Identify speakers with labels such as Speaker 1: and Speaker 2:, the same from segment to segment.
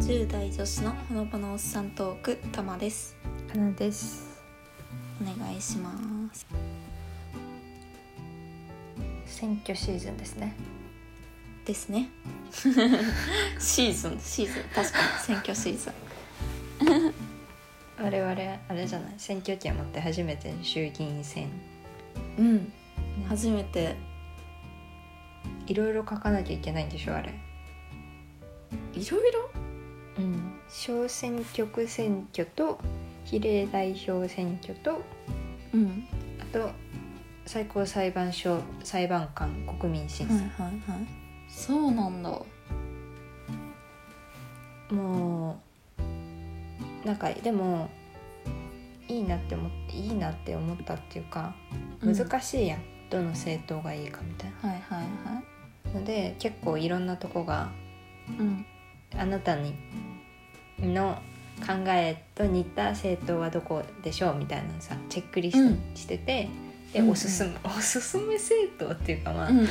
Speaker 1: 10代女子のほのぼのおっさんトークたまです
Speaker 2: かなです
Speaker 1: お願いします
Speaker 2: 選挙シーズンですね
Speaker 1: ですね シーズンシーズン確かに選挙シーズン
Speaker 2: 我々あれじゃない選挙権持って初めて衆議院選
Speaker 1: うん初めて
Speaker 2: いろいろ書かなきゃいけないんでしょあれ
Speaker 1: いろいろ
Speaker 2: うん小選挙区選挙と比例代表選挙と
Speaker 1: うん
Speaker 2: あと最高裁判所裁判官国民審
Speaker 1: は
Speaker 2: 査
Speaker 1: い、はいはいそうなんだ
Speaker 2: もうなんかでもいいなって思っていいなって思ったっていうか
Speaker 1: うん
Speaker 2: 難しいやん、どの政党がいいかみたい
Speaker 1: はいはいは
Speaker 2: なので結構いろんなとこが
Speaker 1: いうん
Speaker 2: あなたにの考えと似た政党はどこでしょうみたいなのさチェックリストにしてて、で、
Speaker 1: うん
Speaker 2: おすすめ おすすめ政党っていうかまあ、
Speaker 1: うんうん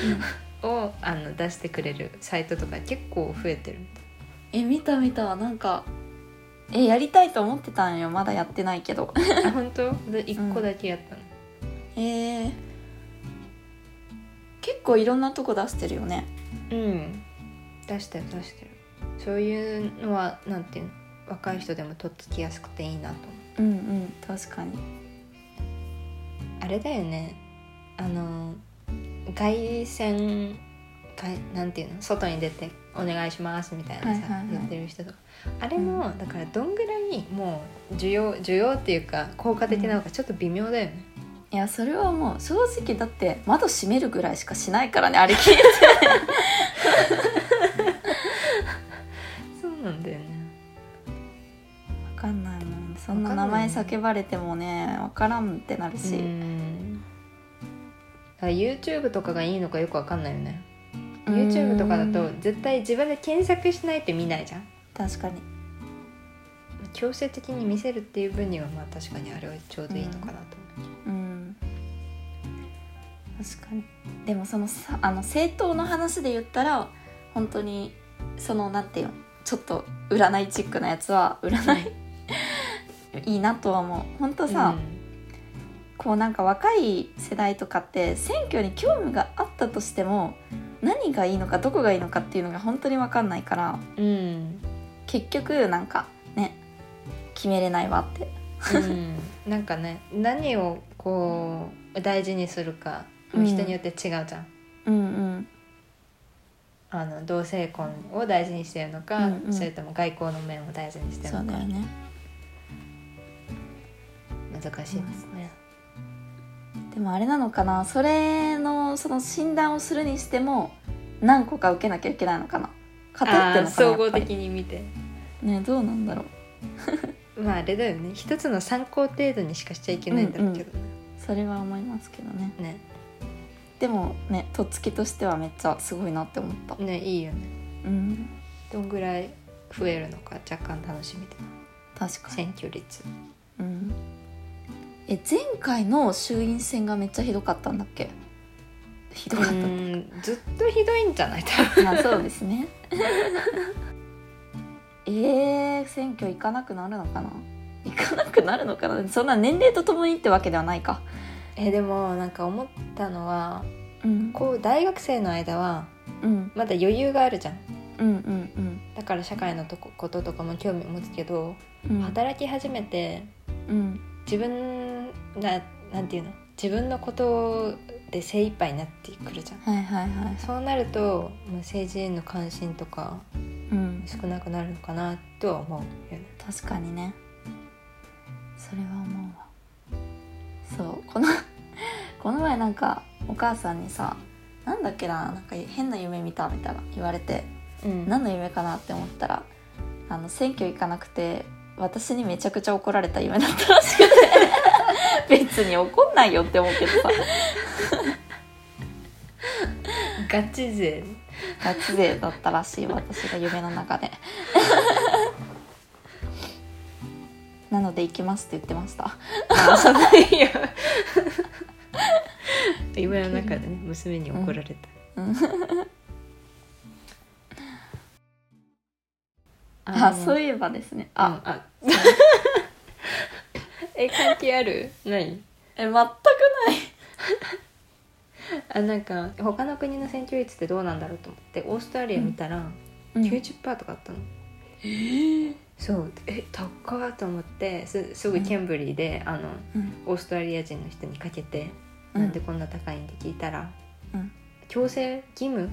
Speaker 2: をあの出してくれるサイトとか結構増え てるみたい
Speaker 1: え見た見たなんかえやりたいと思ってたんよまだやってないけど
Speaker 2: あ本当で一個だけやったの、
Speaker 1: えー、結構いろんなとこ出してるよね
Speaker 2: うん出してる出してるそういうのはなんていうの若い人でもとっつきやすくていいなと思
Speaker 1: うんうん確かに
Speaker 2: うあれだよねあの外線外なんていうの外に出て「お願いします」みたいなさ、
Speaker 1: はいはいはい
Speaker 2: 言ってる人とかあれも、だからどんぐらいもう需要需要っていうか効果的なのかちょっと微妙だよね、
Speaker 1: いやそれはもう正直だって窓閉めるぐらいしかしないからねあれ聞いて
Speaker 2: そうなんだよね
Speaker 1: 分かんないもんそんな名前叫ばれてもね分からんってなる
Speaker 2: う
Speaker 1: し、
Speaker 2: んだから YouTube とかがいいのかよくわかんないよね YouTube とかだ
Speaker 1: う
Speaker 2: と
Speaker 1: ん
Speaker 2: 絶対自分で検索しないと見ないじゃん
Speaker 1: 確かに
Speaker 2: 強制的に見せるっていう分にはまあ確かにあれはちょうどいいのかなと思う、
Speaker 1: うん確かにでもそのさあの政党の話で言ったら本当にそのなんていうのちょっと占いチックなやつは占いいいなとは思う本 当さ、こうなんか若い世代とかって選挙に興味があったとしても何がいいのかどこがいいのかっていうのが本当に分かんないから
Speaker 2: うん、うん
Speaker 1: 結局なんかね決めれないわって
Speaker 2: うん、 なんかね何をこう大事にするか人によって違うじゃん、
Speaker 1: うんうん
Speaker 2: あの同性婚を大事にしてるのか、
Speaker 1: うんうん
Speaker 2: それとも外交の面を大事にして
Speaker 1: そ
Speaker 2: る
Speaker 1: う
Speaker 2: の
Speaker 1: だ
Speaker 2: か、
Speaker 1: よね
Speaker 2: 難しいですね、
Speaker 1: でもあれなのかなそれのその診断をするにしても何個か受けなきゃいけないのかな偏っ
Speaker 2: あ
Speaker 1: てん
Speaker 2: ー
Speaker 1: のかな
Speaker 2: 総
Speaker 1: や
Speaker 2: 合
Speaker 1: っぱり
Speaker 2: 的に見て
Speaker 1: ねどうなんだろう
Speaker 2: まああれだよね一つの参考程度にしかしちゃいけないんだろうけどね、
Speaker 1: それは思いますけどね
Speaker 2: ね
Speaker 1: でもねとっつきとしてはめっちゃすごいなって思った
Speaker 2: ねいいよね
Speaker 1: うん
Speaker 2: どんぐらい増えるのか若干楽しみで
Speaker 1: 確かに
Speaker 2: 選挙率
Speaker 1: うんえ前回の衆院選がめっちゃひどかったんだっけひどかっ
Speaker 2: う
Speaker 1: たって
Speaker 2: んずっとひどいんじゃない多分
Speaker 1: まあそうですね えー、選挙行かなくなるのかな行かなくなるのかなそんな年齢とともにってわけではないか
Speaker 2: えでもなんか思ったのは
Speaker 1: うん
Speaker 2: こう大学生の間は
Speaker 1: うん
Speaker 2: まだ余裕があるじゃん
Speaker 1: うんうん
Speaker 2: だから社会のとここととかも興味持つけど、
Speaker 1: うんうん
Speaker 2: 働き始めて
Speaker 1: うん
Speaker 2: 自分ななんていうの自分のことで精一杯になってくるじゃん
Speaker 1: はいはいはい
Speaker 2: そうなるとまあ政治への関心とか
Speaker 1: うん
Speaker 2: 少なくなるのかなとは思うよね
Speaker 1: 確かにねそれは思うわそうこの この前なんかお母さんにさなんだっけななんか変な夢見たみたいな言われて
Speaker 2: うん
Speaker 1: 何の夢かなって思ったらあの選挙行かなくて私にめちゃくちゃ怒られた夢だったらしくて 別に怒んないよって思うけどさ
Speaker 2: ガチ勢
Speaker 1: ガチ勢だったらしい私が夢の中で なので行きますって言ってました
Speaker 2: あないよ夢の中でね娘に怒られ
Speaker 1: う
Speaker 2: た、
Speaker 1: んあ
Speaker 2: の
Speaker 1: そういえばですねあ、
Speaker 2: うんあ え関係あるない
Speaker 1: え全くない
Speaker 2: あなんか他の国の選挙率ってどうなんだろうと思ってオーストラリア見たら、90%とかあったの、そうえ高っと思ってすすぐキャンブリーで、あの
Speaker 1: うん
Speaker 2: オーストラリア人の人にかけて、
Speaker 1: うん
Speaker 2: なんでこんな高いんって聞いたら、
Speaker 1: うん
Speaker 2: 強制義務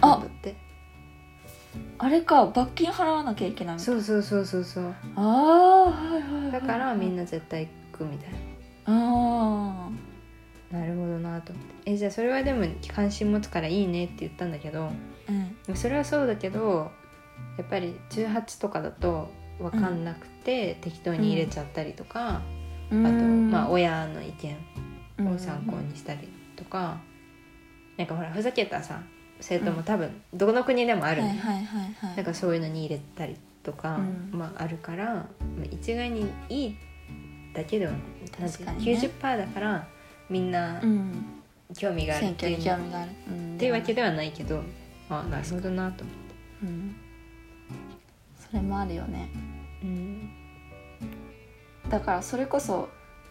Speaker 1: あ
Speaker 2: なんだって
Speaker 1: あれか罰金払わなきゃいけないみたい
Speaker 2: そうそうそうそうそう
Speaker 1: ああはいはいはいはい
Speaker 2: だからみんな絶対行くみたい
Speaker 1: あ
Speaker 2: ななるほどなと思ってえじゃあそれはでも関心持つからいいねって言ったんだけど
Speaker 1: あうん
Speaker 2: それはそうだけどやっぱり18とかだと分かんなくて、適当に入れちゃったりとか、あと、まあ、親の意見
Speaker 1: うん
Speaker 2: を参考にしたりとか、なんかほらふざけたさ生徒も多分どの国でもある、
Speaker 1: はいはいはいはい
Speaker 2: なんかそういうのに入れたりとか、
Speaker 1: うん
Speaker 2: まあ、あるから、まあ、一概にいいだけではない
Speaker 1: 確かにね
Speaker 2: 90%だからみんな
Speaker 1: うん
Speaker 2: 興味がある
Speaker 1: 選
Speaker 2: って
Speaker 1: 挙
Speaker 2: い
Speaker 1: に
Speaker 2: う,、
Speaker 1: 興味があるうん
Speaker 2: っていうわけではないけどあなるほどなと思
Speaker 1: うんそれもあるよね
Speaker 2: う。うん
Speaker 1: だからそれこそ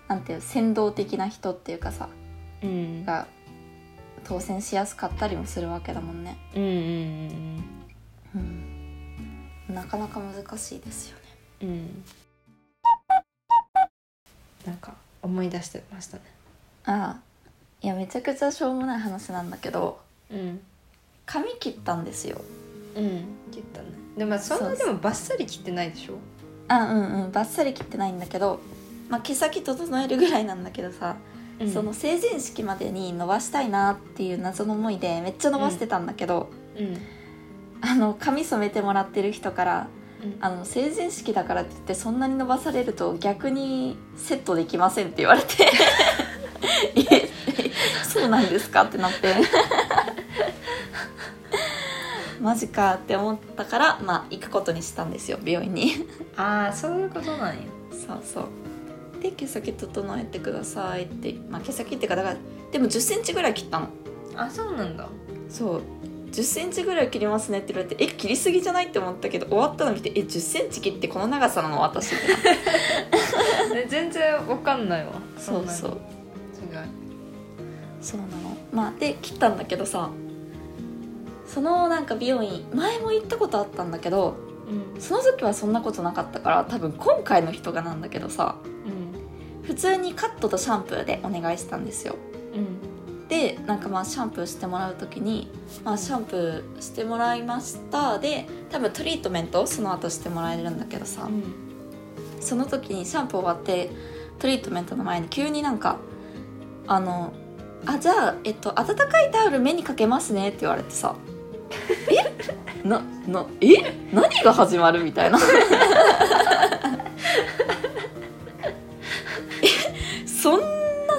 Speaker 1: なんていう先導的な人っていうかさ
Speaker 2: うん
Speaker 1: が当選しやすかったりもするわけだもんね、
Speaker 2: うんうん
Speaker 1: うん、なかなか難しいですよね
Speaker 2: うんうんなんか思い出してましたね
Speaker 1: ああいやめちゃくちゃしょうもない話なんだけど
Speaker 2: うん
Speaker 1: 髪切ったんですよ
Speaker 2: うん切ったねでもまあそん
Speaker 1: そ
Speaker 2: な
Speaker 1: うそ
Speaker 2: で
Speaker 1: う
Speaker 2: もバッサリ切ってないでしょ
Speaker 1: あうんうんバッサリ切ってないんだけど、まあ、毛先整えるぐらいなんだけどさ、その成人式までに伸ばしたいなっていう謎の思いでめっちゃ伸ばしてたんだけど、
Speaker 2: うん
Speaker 1: あの髪染めてもらってる人から
Speaker 2: うん
Speaker 1: あの成人式だからって言ってそんなに伸ばされると逆にセットできませんって言われて えそうなんですかってなってマジかって思ったからまあ行くことにしたんですよ病院に
Speaker 2: ああそういうことなんや
Speaker 1: そうそうで毛先整えてくださいってまあ毛先っていうかだからでも1 0ンチぐらい切ったの
Speaker 2: あそうなんだ
Speaker 1: そう1 0ンチぐらい切りますねって言われてえ切りすぎじゃないって思ったけど終わったの見てえ1 0ンチ切ってこの長さなの私って
Speaker 2: え全然わかんないわ
Speaker 1: そうそうう
Speaker 2: 違う
Speaker 1: そうなのまあで切ったんだけどさそのなんか美容院前も行ったことあったんだけど
Speaker 2: うん
Speaker 1: その時はそんなことなかったから多分今回の人がなんだけどさ
Speaker 2: うん
Speaker 1: 普通にカットとシャンプーでお願いしたんですよ
Speaker 2: うん
Speaker 1: でなんかまあシャンプーしてもらう時に、まあ、シャンプーしてもらいましたで多分トリートメントをその後してもらえるんだけどさ、
Speaker 2: うん
Speaker 1: その時にシャンプー終わってトリートメントの前に急になんか「あのあじゃあ、えっと、温かいタオル目にかけますね」って言われてさ「えななえ何が始まる?」みたいな。えそんな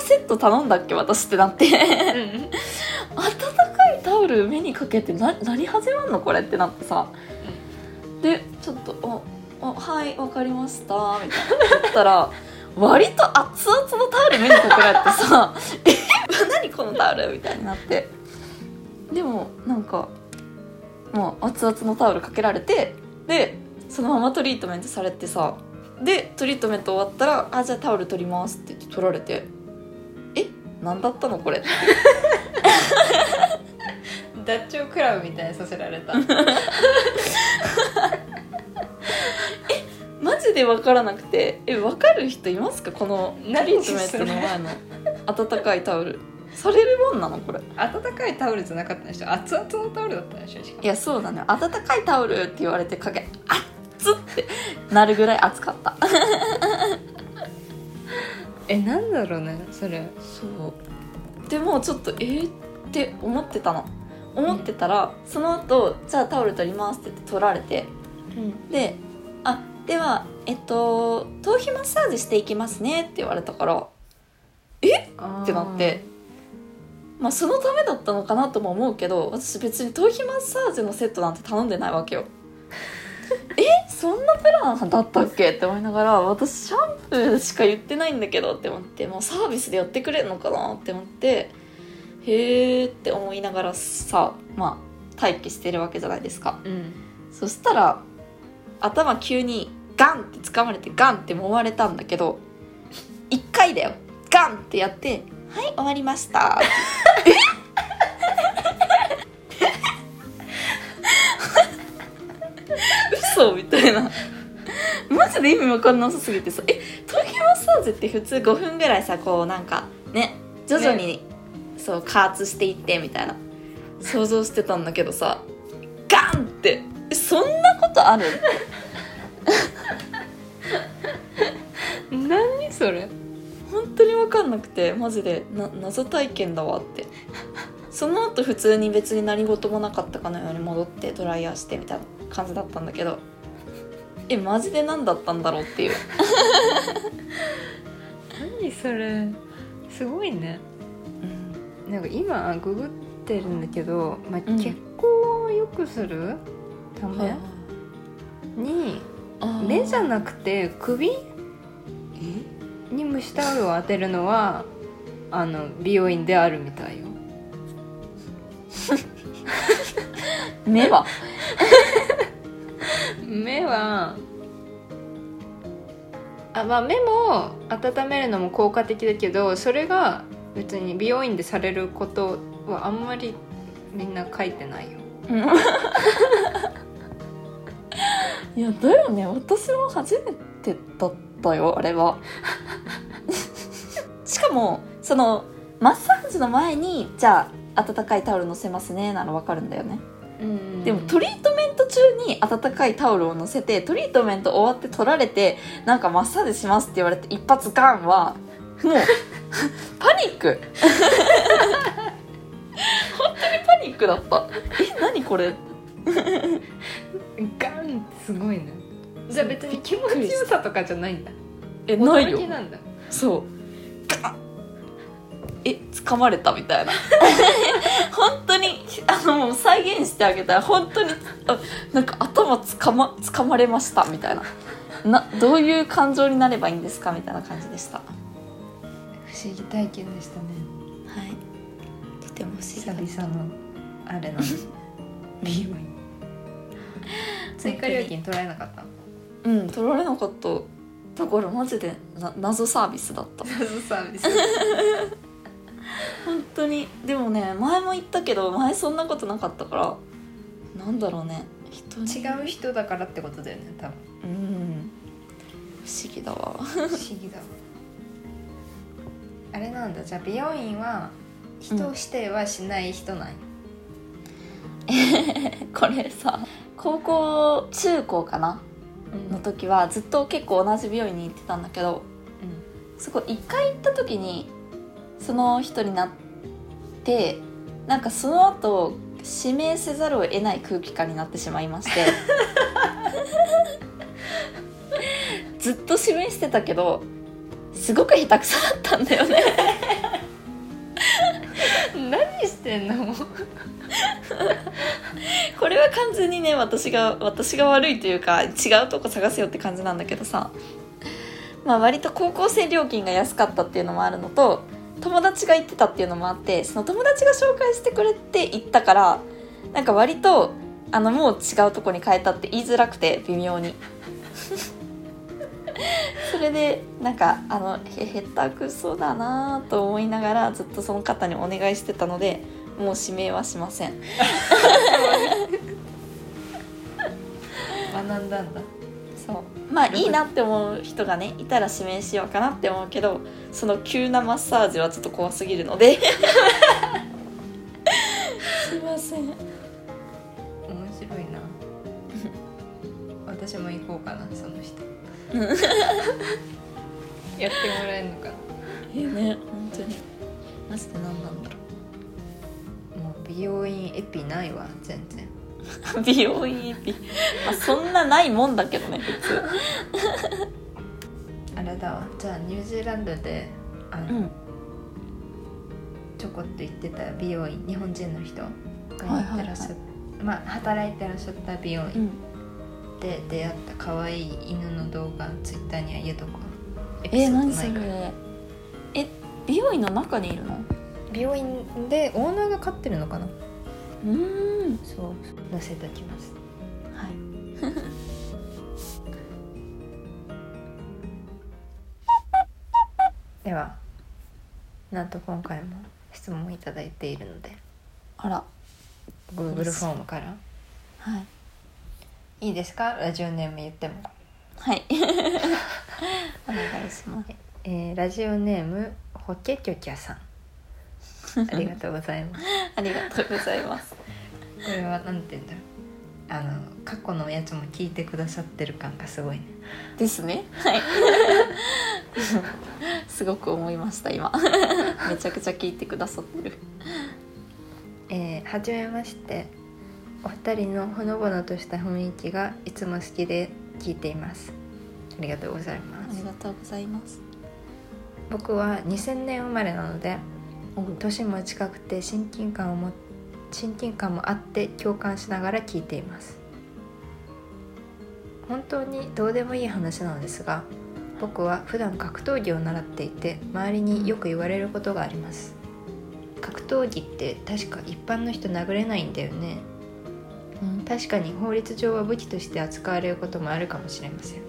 Speaker 1: セット頼んだっけ私ってなって温かいタオル目にかけてな何始まんのこれってなってさでちょっと「おおはいわかりました」みたいな言ったら割と熱々のタオル目にかけられてさ「え何このタオル?」みたいになってでもなんかもう熱々のタオルかけられてでそのままトリートメントされてさでトリートメント終わったら「あじゃあタオル取ります」って言って取られて「え何だったのこれ」
Speaker 2: うん ダッチョウクラブみたいにさせられた
Speaker 1: マジで分からなくてえ分かる人いますかこのトリ
Speaker 2: 何
Speaker 1: ートメン
Speaker 2: そ
Speaker 1: ト
Speaker 2: れ
Speaker 1: の前の温かいタオルされるもんなのこれ
Speaker 2: 温かいタオルじゃなかったでしょ熱々のタオルだったでしょしか
Speaker 1: いやそうだね温かいタオルって言われてかけあっつってなるぐらい熱かった
Speaker 2: えなんだろうねそれ
Speaker 1: そうでもちょっとえー、って思ってたの思ってたら、その後じゃあタオル取りますって言って取られて
Speaker 2: うん
Speaker 1: で「あではえっと頭皮マッサージしていきますね」って言われたからってなってまあそのためだったのかなとも思うけど私別に頭皮マッサージのセットなんて頼んでないわけよえそんなプランだったっけって思いながら私シャンプーしか言ってないんだけどって思ってもうサービスでやってくれるのかなって思ってへーって思いながらさまあ待機してるわけじゃないですか
Speaker 2: うん
Speaker 1: そしたら頭急にガンって掴まれてガンって揉まれたんだけど1回だよガンってやって「はい終わりました」え嘘みたいなマジで意味わかんなさすぎてさえ東京マッサージって普通5分ぐらいさこうなんかね徐々に、そう加圧していってみたいな想像してたんだけどさガンってえそんなことある
Speaker 2: 何それ
Speaker 1: 本当に分かんなくてマジでな謎体験だわって その後普通に別に何事もなかったかのように戻ってドライヤーしてみたいな感じだったんだけどえマジで何だったんだろうっていう
Speaker 2: 何それすごいね
Speaker 1: うん
Speaker 2: なんか今ググってるんだけど、まあ、
Speaker 1: うん
Speaker 2: 血行を良くするために目じゃなくて首
Speaker 1: え
Speaker 2: に蒸しタオルを当てるのはあの美容院であるみたいよ
Speaker 1: 目は
Speaker 2: 目はあまあ目も温めるのも効果的だけどそれが別に美容院でされることはあんまりみんな書いてないよ
Speaker 1: いやだよね私も初めてだったよあれは しかもそのマッサージの前にじゃあ温かいタオル乗せますねならわかるんだよねでもトリートメント中に温かいタオルを乗せてトリートメント終わって取られてなんかマッサージしますって言われて一発ガンはもう パニック 本当にパニックだったえ何これ
Speaker 2: ガンってすごいねじゃあ別に気持
Speaker 1: びっくり
Speaker 2: ち
Speaker 1: し
Speaker 2: よさとかじゃないんだ
Speaker 1: えない
Speaker 2: 驚
Speaker 1: よ
Speaker 2: きなんだ
Speaker 1: そうガンえ掴まれたみたいな 本当にあのもう再現してあげたら本当にあなんか頭つかま掴まれましたみたいななどういう感情になればいいんですかみたいな感じでしたは
Speaker 2: 不思議体験でしたね
Speaker 1: いとても不思議
Speaker 2: 久
Speaker 1: だった
Speaker 2: 々のあ れなの美容院追加料金取られなかった
Speaker 1: うん取られなかっただからマジでな謎サービスだった
Speaker 2: 謎サービス
Speaker 1: 本当にでもね前も言ったけど前そんなことなかったからなんだろうね人に
Speaker 2: 違う人だからってことだよね多分
Speaker 1: うん不思議だわ
Speaker 2: 不思議だわあれなんだじゃあ美容院は人指定はしない人なんよ、
Speaker 1: これさ高校中高かな
Speaker 2: うん
Speaker 1: の時はずっと結構同じ美容院に行ってたんだけどそこ一回行った時にその人になってなんかその後指名せざるを得ない空気感になってしまいましてずっと指名してたけどすごく下手くそだったんだよね
Speaker 2: 何してんのもう
Speaker 1: これは完全にね私が私が悪いというか違うとこ探せよって感じなんだけどさまあ割と高校生料金が安かったっていうのもあるのと友達が行ってたっていうのもあってその友達が紹介してくれて行ったからなんか割とあのもう違うとこに変えたって言いづらくて微妙に それでなんかあのへへったくそだなぁと思いながらずっとその方にお願いしてたのでもう指名はしません
Speaker 2: 学んだんだ
Speaker 1: そうまあいいなって思う人がねいたら指名しようかなって思うけどその急なマッサージはちょっと怖すぎるのですいません
Speaker 2: 面白いな私も行こうかなその人 やってもらえるのか
Speaker 1: いいね本当にマジで何なんだろ
Speaker 2: なもう美容院エピないわ全然
Speaker 1: う美容院エピ、まあ、そんなないもんだけどね普通
Speaker 2: あれだわじゃあニュージーランドであの、
Speaker 1: うん
Speaker 2: ちょこっと行ってた美容院日本人の人が行ってらっしゃ
Speaker 1: はいはいは
Speaker 2: っまあ働いてらっしゃった美容
Speaker 1: う
Speaker 2: 院
Speaker 1: ん
Speaker 2: で出会った可愛い犬の動画ツイッターには言うとこエピ
Speaker 1: え
Speaker 2: ソード
Speaker 1: 何
Speaker 2: な
Speaker 1: そ
Speaker 2: いから
Speaker 1: れえ美容院の中にいるの
Speaker 2: 美容院でオーナーが飼ってるのかな
Speaker 1: うーん
Speaker 2: そう載せておきます
Speaker 1: はい
Speaker 2: ではなんと今回も質問をいただいているので
Speaker 1: あら
Speaker 2: Google フォームから
Speaker 1: はい
Speaker 2: 「いいですかラジオネーム言っても
Speaker 1: はい お願いします」
Speaker 2: えーラジオネームホケキョキャさんありがとうござい ます
Speaker 1: ありがとうございます
Speaker 2: これはなんて言うんだろうあの過去のやつも聞いてくださってる感がすごいね
Speaker 1: ですねはい すごく思いました 今めちゃくちゃ聞いてくださってる
Speaker 2: えー、はじめましてお二人のほのぼのとした雰囲気がいつも好きで聞いていますありがとうございま
Speaker 1: あ
Speaker 2: す
Speaker 1: りがとうございます
Speaker 2: 僕は2000年生まれなので
Speaker 1: お
Speaker 2: 年も近くて親近感をも親近感もあって共感しながら聞いています本当にどうでもいい話なのですが僕は普段格闘技を習っていて周りによく言われることがあります格闘技って確か一般の人殴れないんだよね
Speaker 1: うん
Speaker 2: 確かに法律上は武器として扱われることもあるかもしれません、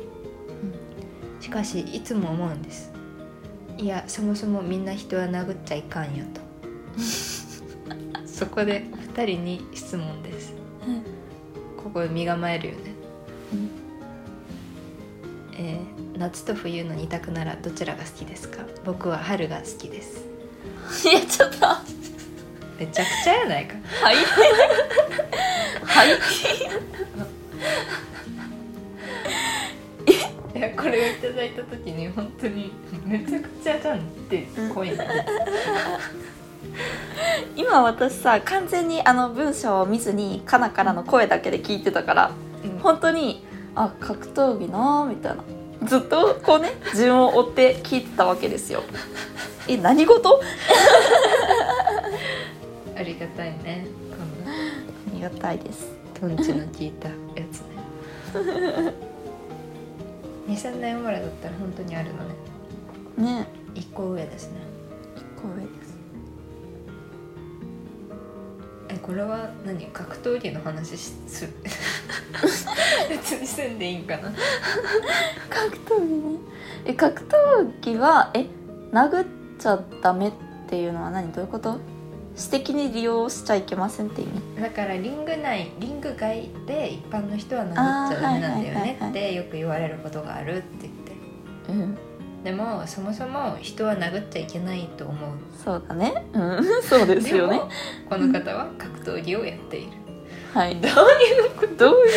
Speaker 2: しかしいつも思うんですいやそもそもみんな人は殴っちゃいかんよとそこで2人に質問です
Speaker 1: うん
Speaker 2: ここ身構えるよね、
Speaker 1: うん
Speaker 2: えー夏と冬の二択ならどちらが好きですか僕は春が好きです
Speaker 1: いやちょっとは
Speaker 2: めちゃくちゃやないか
Speaker 1: い はい
Speaker 2: いやこれをいただいた時に本当にめちゃくちゃじゃんって声に出て
Speaker 1: 今私さ完全にあの文章を見ずにカナからの声だけで聞いてたから
Speaker 2: うん
Speaker 1: 本当にあ格闘技なーみたいなずっとこうね順を追って聞いてたわけですよえ何事あ
Speaker 2: ありがたいねこんな
Speaker 1: りがたいです
Speaker 2: トンチの効いたやつね 2000年生まれだったら本当にあるのね
Speaker 1: ね
Speaker 2: 一個上ですね
Speaker 1: 光栄です
Speaker 2: えこれは何格闘技の話しす 別にせんでいいんかな
Speaker 1: 格闘技ねえ格闘技はえ殴っちゃダメっていうのは何どういうこと私的に利用しちゃいけませんって意味
Speaker 2: だからリング内リング外で一般の人は殴っちゃダメなんだよ
Speaker 1: あーはいは
Speaker 2: ね
Speaker 1: いはいはい
Speaker 2: ってよく言われることがあるって言って
Speaker 1: うん
Speaker 2: でもそもそも人は殴っちゃいけないと思う
Speaker 1: そうだねうん そうですよね
Speaker 2: もこの方は格闘技をやっている
Speaker 1: はい
Speaker 2: どういうこ
Speaker 1: どうい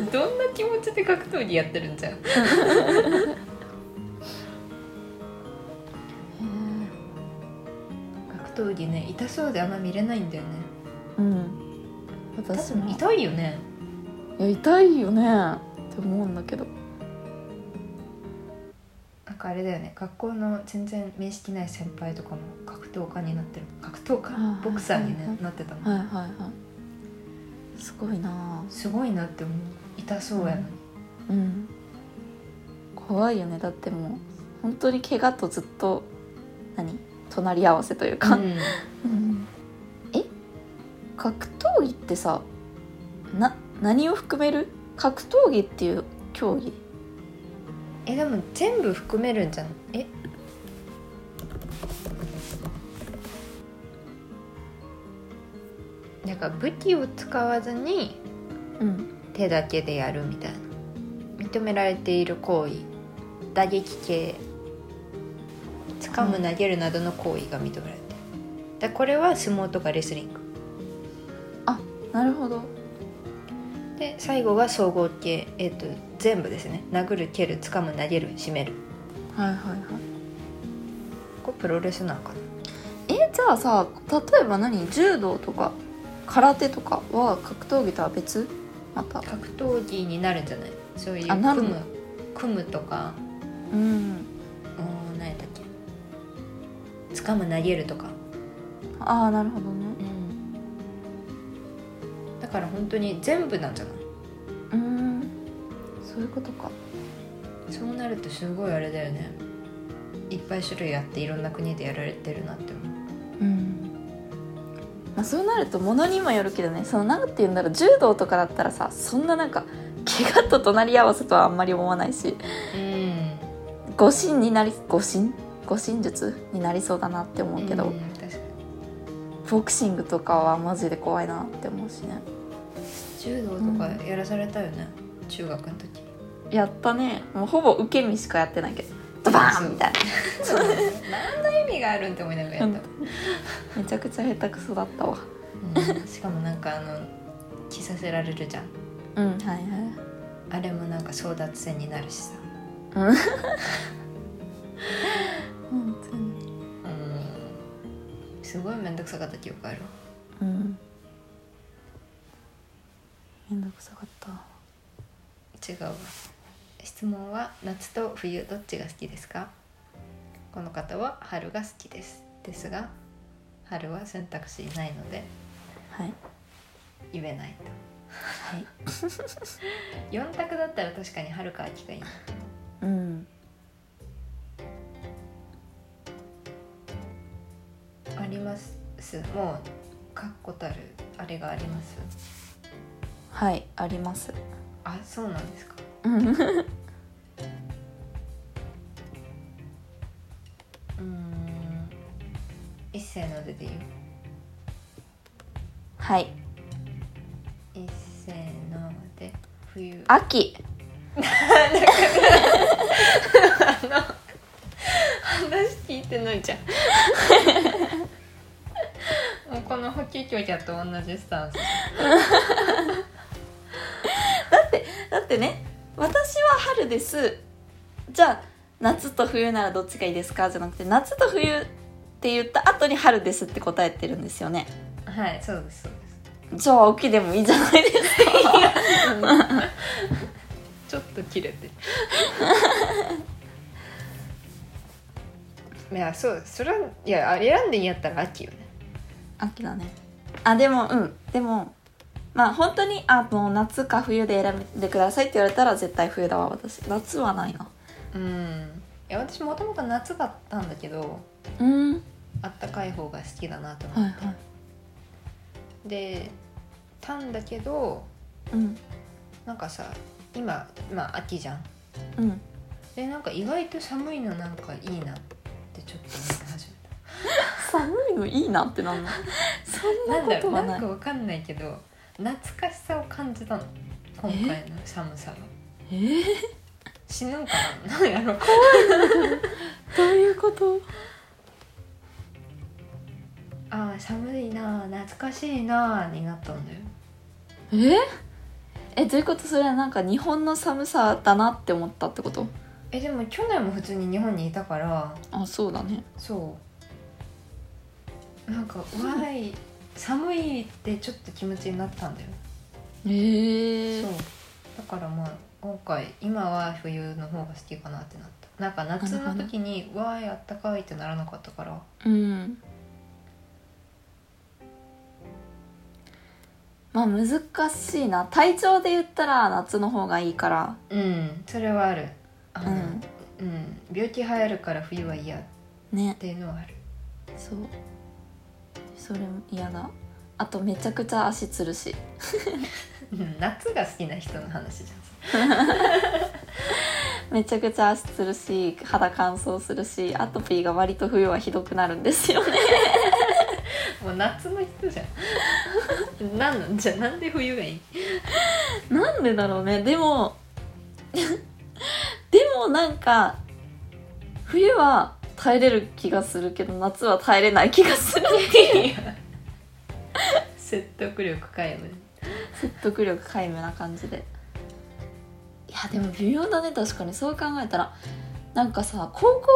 Speaker 1: う
Speaker 2: とどんな気持ちで格闘技やってるんじゃん 格闘技ね痛そうであんま見れないんだよね
Speaker 1: うん
Speaker 2: 多
Speaker 1: 私
Speaker 2: 分
Speaker 1: も
Speaker 2: 痛いよね
Speaker 1: いや痛いよねって思うんだけど
Speaker 2: なんかあれだよね学校の全然面識ない先輩とかも格闘家になってる格闘
Speaker 1: あー
Speaker 2: 家ボクサーに、ね
Speaker 1: はいはい
Speaker 2: なってたもん
Speaker 1: はいはいはいすごいな
Speaker 2: すごいなって思う痛そうやのに、
Speaker 1: あうん怖いよねだってもう本当に怪我とずっと何隣り合わせというか、
Speaker 2: うん
Speaker 1: うんえ格闘技ってさな何を含める格闘技っていう競技
Speaker 2: えでも全部含めるんじゃんえなんか武器を使わずに
Speaker 1: うん
Speaker 2: 手だけでやるみたいな認められている行為打撃系掴む
Speaker 1: うん
Speaker 2: 投げるなどの行為が認められてるだこれは相撲とかレスリング
Speaker 1: なるほど
Speaker 2: で最後が総合系、えっと全部ですね殴る蹴る掴む投げる締める
Speaker 1: はいはいはい
Speaker 2: これプロレスなんかな
Speaker 1: えじゃあさ例えば何柔道とか空手とかは格闘技とは別また
Speaker 2: 格闘技になるんじゃないそういう
Speaker 1: あなる
Speaker 2: 組む組むとか
Speaker 1: うん
Speaker 2: うーん何やったっけ掴む投げるとか、
Speaker 1: ああなるほどね
Speaker 2: だから本当に全部なんじゃない
Speaker 1: うんそういうことか
Speaker 2: そうなるとすごいあれだよねいっぱい種類あっていろんな国でやられてるなって思う
Speaker 1: うんまあ、そうなるとものにもよるけどねそのなんて言うんだろう柔道とかだったらさそんななんか怪我と隣り合わせとはあんまり思わないし
Speaker 2: うん
Speaker 1: 護身になり護身護身術になりそうだなって思うけど、
Speaker 2: うん確かに
Speaker 1: ボクシングとかはマジで怖いなって思うしね
Speaker 2: 柔道とかやらされたよね、中学の 時
Speaker 1: やったねもうほぼ受け身しかやってないけどドバーンみたい
Speaker 2: 何の意味があるんって思いながらやったわ、
Speaker 1: なめちゃくちゃ下手くそだったわ
Speaker 2: うんしかもなんかあの着させられるじゃん
Speaker 1: うんはいはい
Speaker 2: あれもなんか争奪戦になるしさ
Speaker 1: 本当に
Speaker 2: うんすごい面倒くさかった記憶あるわ
Speaker 1: うんめんどくさかった
Speaker 2: 違うわ質問は夏と冬どっちが好きですかこの方は春が好きですですが春は選択肢ないので
Speaker 1: はい
Speaker 2: 言えないと
Speaker 1: はい
Speaker 2: 4択だったら確かに春か秋がいいな
Speaker 1: うん
Speaker 2: ありますもう確固たるあれがあります
Speaker 1: はいあります
Speaker 2: あそうなんですか
Speaker 1: うん
Speaker 2: うーん一斉の出で言う
Speaker 1: はい
Speaker 2: 一斉ので冬
Speaker 1: 秋
Speaker 2: 話聞いてないじゃん もうこの補給教者と同じスタンス
Speaker 1: だってね私は春ですじゃあ夏と冬ならどっちがいいですかじゃなくて夏と冬って言った後に春ですって答えてるんですよね
Speaker 2: はいそうですそうです
Speaker 1: じゃあ秋でもいいじゃないですか
Speaker 2: ちょっと切れて いやそうそれはいやあ選んでいいんやったら秋よね
Speaker 1: 秋だねあでもうんでもまあ本当にあもう夏か冬で選んでくださいって言われたら絶対冬だわ私夏はないな
Speaker 2: うんいや私もともと夏だったんだけど
Speaker 1: うん
Speaker 2: あったかい方が好きだなと思
Speaker 1: はいは
Speaker 2: っ
Speaker 1: い
Speaker 2: て、でたんだけど
Speaker 1: うん
Speaker 2: なんかさ今まあ秋じゃん
Speaker 1: うん
Speaker 2: でなんか意外と寒いのなんかいいなってちょっと思い始め
Speaker 1: 寒いのいいなってなんの そ
Speaker 2: た なん
Speaker 1: んな
Speaker 2: だ
Speaker 1: こ
Speaker 2: ろう
Speaker 1: とはなん
Speaker 2: な
Speaker 1: い
Speaker 2: かわかんないけど懐かしさを感じたの今回の寒さが
Speaker 1: えー、
Speaker 2: 死ぬんかななんやろ
Speaker 1: どういうこと
Speaker 2: ああ寒いなあ懐かしいなあになったんだよ
Speaker 1: ええどういうことそれはなんか日本の寒さだなって思ったってこと
Speaker 2: えでも去年も普通に日本にいたから
Speaker 1: あそうだね
Speaker 2: そうなん か「わい寒い」ってちょっと気持ちになったんだよ、
Speaker 1: へえ
Speaker 2: そうだからまあ今回今は冬の方が好きかなってなったなんか夏の時に「わーいあったかい」ってならなかったから
Speaker 1: うんまあ難しいな体調で言ったら夏の方がいいから
Speaker 2: うんそれはあるあ
Speaker 1: う
Speaker 2: の、
Speaker 1: ん
Speaker 2: うん病気流行るから冬は嫌っ
Speaker 1: ね
Speaker 2: ていうのはある
Speaker 1: そうそれも嫌だあとめちゃくちゃ足つるし
Speaker 2: うん夏が好きな人の話じゃん
Speaker 1: めちゃくちゃ足つるし肌乾燥するしアトピーが割と冬はひどくなるんですよね
Speaker 2: もう夏の人じゃん なんなんじゃあなんで冬がいい
Speaker 1: なんでだろうねでも でもなんか冬は耐えれる気がするけど夏は耐えれない気が する
Speaker 2: 説得力皆無
Speaker 1: 説得力皆無な感じでいやでも微妙だね確かにそう考えたらなんかさ高校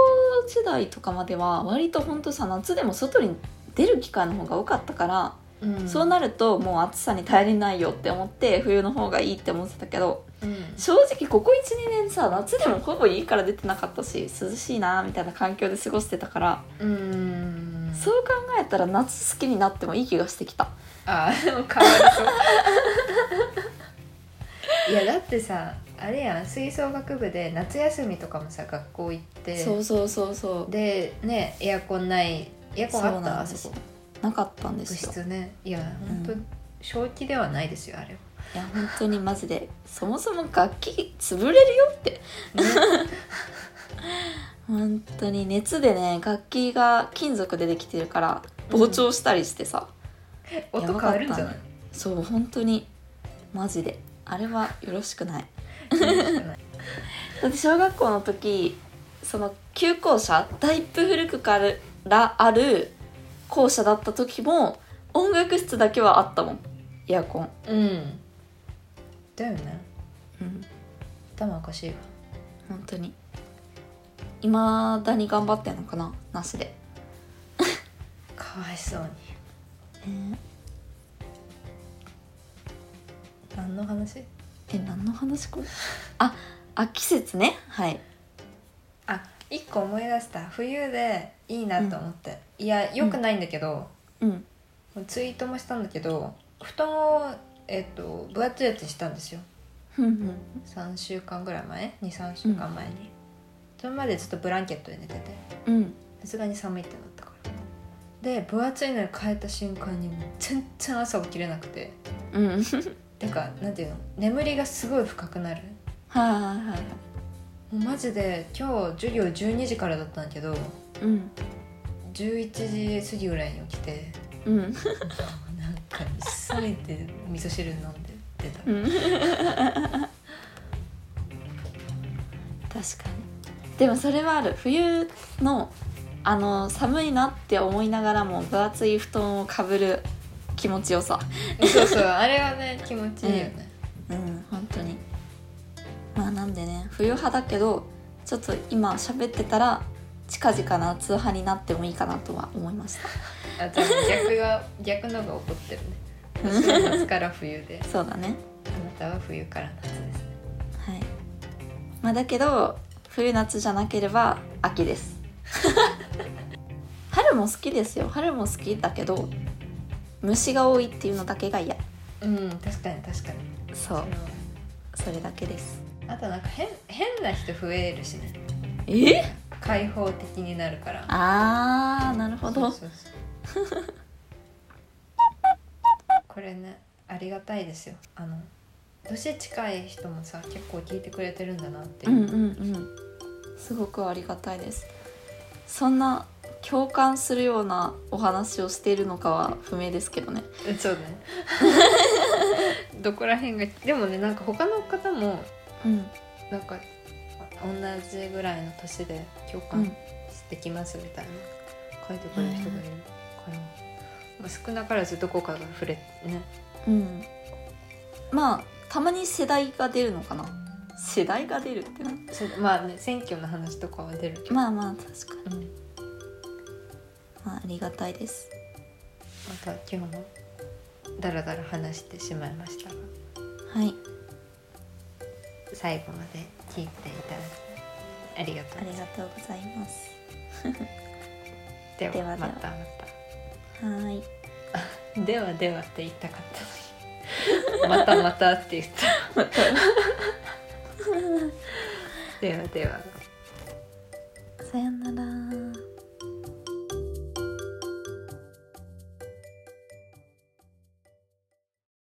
Speaker 1: 時代とかまでは割とほんとさ夏でも外に出る機会の方が多かったから
Speaker 2: うん
Speaker 1: そうなるともう暑さに耐えれないよって思って冬の方がいいって思ってたけど
Speaker 2: うん
Speaker 1: 正直ここ12年さ夏でもほぼ家から出てなかったし涼しいなみたいな環境で過ごしてたから、
Speaker 2: うん
Speaker 1: そう考えたら夏好きになってもいい気がしてきた
Speaker 2: あーでも変わ りそういやだってさあれやん吹奏楽部で夏休みとかもさ学校行って
Speaker 1: そうそうそうそう
Speaker 2: でねエアコンないエアコン
Speaker 1: そ
Speaker 2: あっ
Speaker 1: う
Speaker 2: た
Speaker 1: な
Speaker 2: あ
Speaker 1: んです
Speaker 2: そ
Speaker 1: よ
Speaker 2: こ
Speaker 1: なかったんで
Speaker 2: 部
Speaker 1: すよ
Speaker 2: 室ねいや本当、
Speaker 1: うん
Speaker 2: 正気ではないですよあれはい
Speaker 1: や本 当にマジでそもそも楽器潰れるよって
Speaker 2: ね
Speaker 1: 本当に熱でね楽器が金属でできてるから膨張したりしてさ、やば
Speaker 2: 音変
Speaker 1: か
Speaker 2: わ
Speaker 1: っ
Speaker 2: るんじ
Speaker 1: た
Speaker 2: ゃない
Speaker 1: ねそう本当にマジであれはよろしくないだって小学校の時その旧校舎だいぶ古くからある校舎だった時も音楽室だけはあったもんエアコン、
Speaker 2: うんだよね
Speaker 1: うん、
Speaker 2: 頭おかしいわ
Speaker 1: 本当にいまだに頑張ってんのかななしで、
Speaker 2: かわいそうに何の話
Speaker 1: え何の話これああ季節ねはい
Speaker 2: あ一個思い出した冬でいいなと思って、いやよくないんだけど、
Speaker 1: うん
Speaker 2: ツイートもしたんだけど布団を、えっと分厚いやつにしたんですよ
Speaker 1: ふんふん
Speaker 2: 3週間ぐらい前23週間前に、それまでずっとブランケットで寝てて
Speaker 1: うん
Speaker 2: さすがに寒いってなったからで分厚いのに変えた瞬間にもう全然朝起きれなくて
Speaker 1: うんはい
Speaker 2: てかなんていうの眠りがすごい深くなる
Speaker 1: はいはいはい
Speaker 2: もうマジで今日授業12時からだったんだけど
Speaker 1: うん
Speaker 2: 11時過ぎぐらいに起きて
Speaker 1: うん
Speaker 2: なんか急いで味噌汁飲んで出た
Speaker 1: うん 確かにでもそれはある冬のあの寒いなって思いながらも分厚い布団をかぶる気持ちよさ
Speaker 2: そうそうあれはね気持ちいいよね、
Speaker 1: うん本当にまあなんでね冬派だけどちょっと今喋ってたら近々夏派になってもいいかなとは思いました
Speaker 2: あじゃあ逆が逆のが起こってるね
Speaker 1: うん
Speaker 2: 私は夏から冬で
Speaker 1: そうだね
Speaker 2: あなたは冬から夏ですね
Speaker 1: はいまあだけど冬夏じゃなければ秋です 春も好きですよ春も好きだけど虫が多いっていうのだけが嫌
Speaker 2: うん確かに確かに
Speaker 1: そうそれだけです
Speaker 2: あとなんか変変な人増えるしね
Speaker 1: え
Speaker 2: 開放的になるから
Speaker 1: あーなるほど
Speaker 2: そうそうそうこれねありがたいですよあの年近い人もさ結構聞いてくれてるんだなっていうう、
Speaker 1: んうんうんすごくありがたいですそんな共感するようなお話をしているのかは不明ですけどね
Speaker 2: そうね どこら辺がでもねなんか他の方も
Speaker 1: うん
Speaker 2: なんか同じぐらいの年で共感してきますみたいな、書いてくれる人がいるから、まあ、少なからずどこかが触れね
Speaker 1: うんまあたまに世代が出るのかな世代が出るってな
Speaker 2: そうまあね選挙の話とかは出るけど、
Speaker 1: まあまあ確かに、
Speaker 2: うん、
Speaker 1: まあ、ありがたいです
Speaker 2: また今日もだらだら話してしまいましたが
Speaker 1: はい
Speaker 2: 最後まで聞いていただきありがと
Speaker 1: あ
Speaker 2: う
Speaker 1: り
Speaker 2: ござ
Speaker 1: が
Speaker 2: います
Speaker 1: とうございます
Speaker 2: では
Speaker 1: ではでは
Speaker 2: またま
Speaker 1: はーい
Speaker 2: たではではって言いたかったのにまたまたって言った ではでは
Speaker 1: さよなら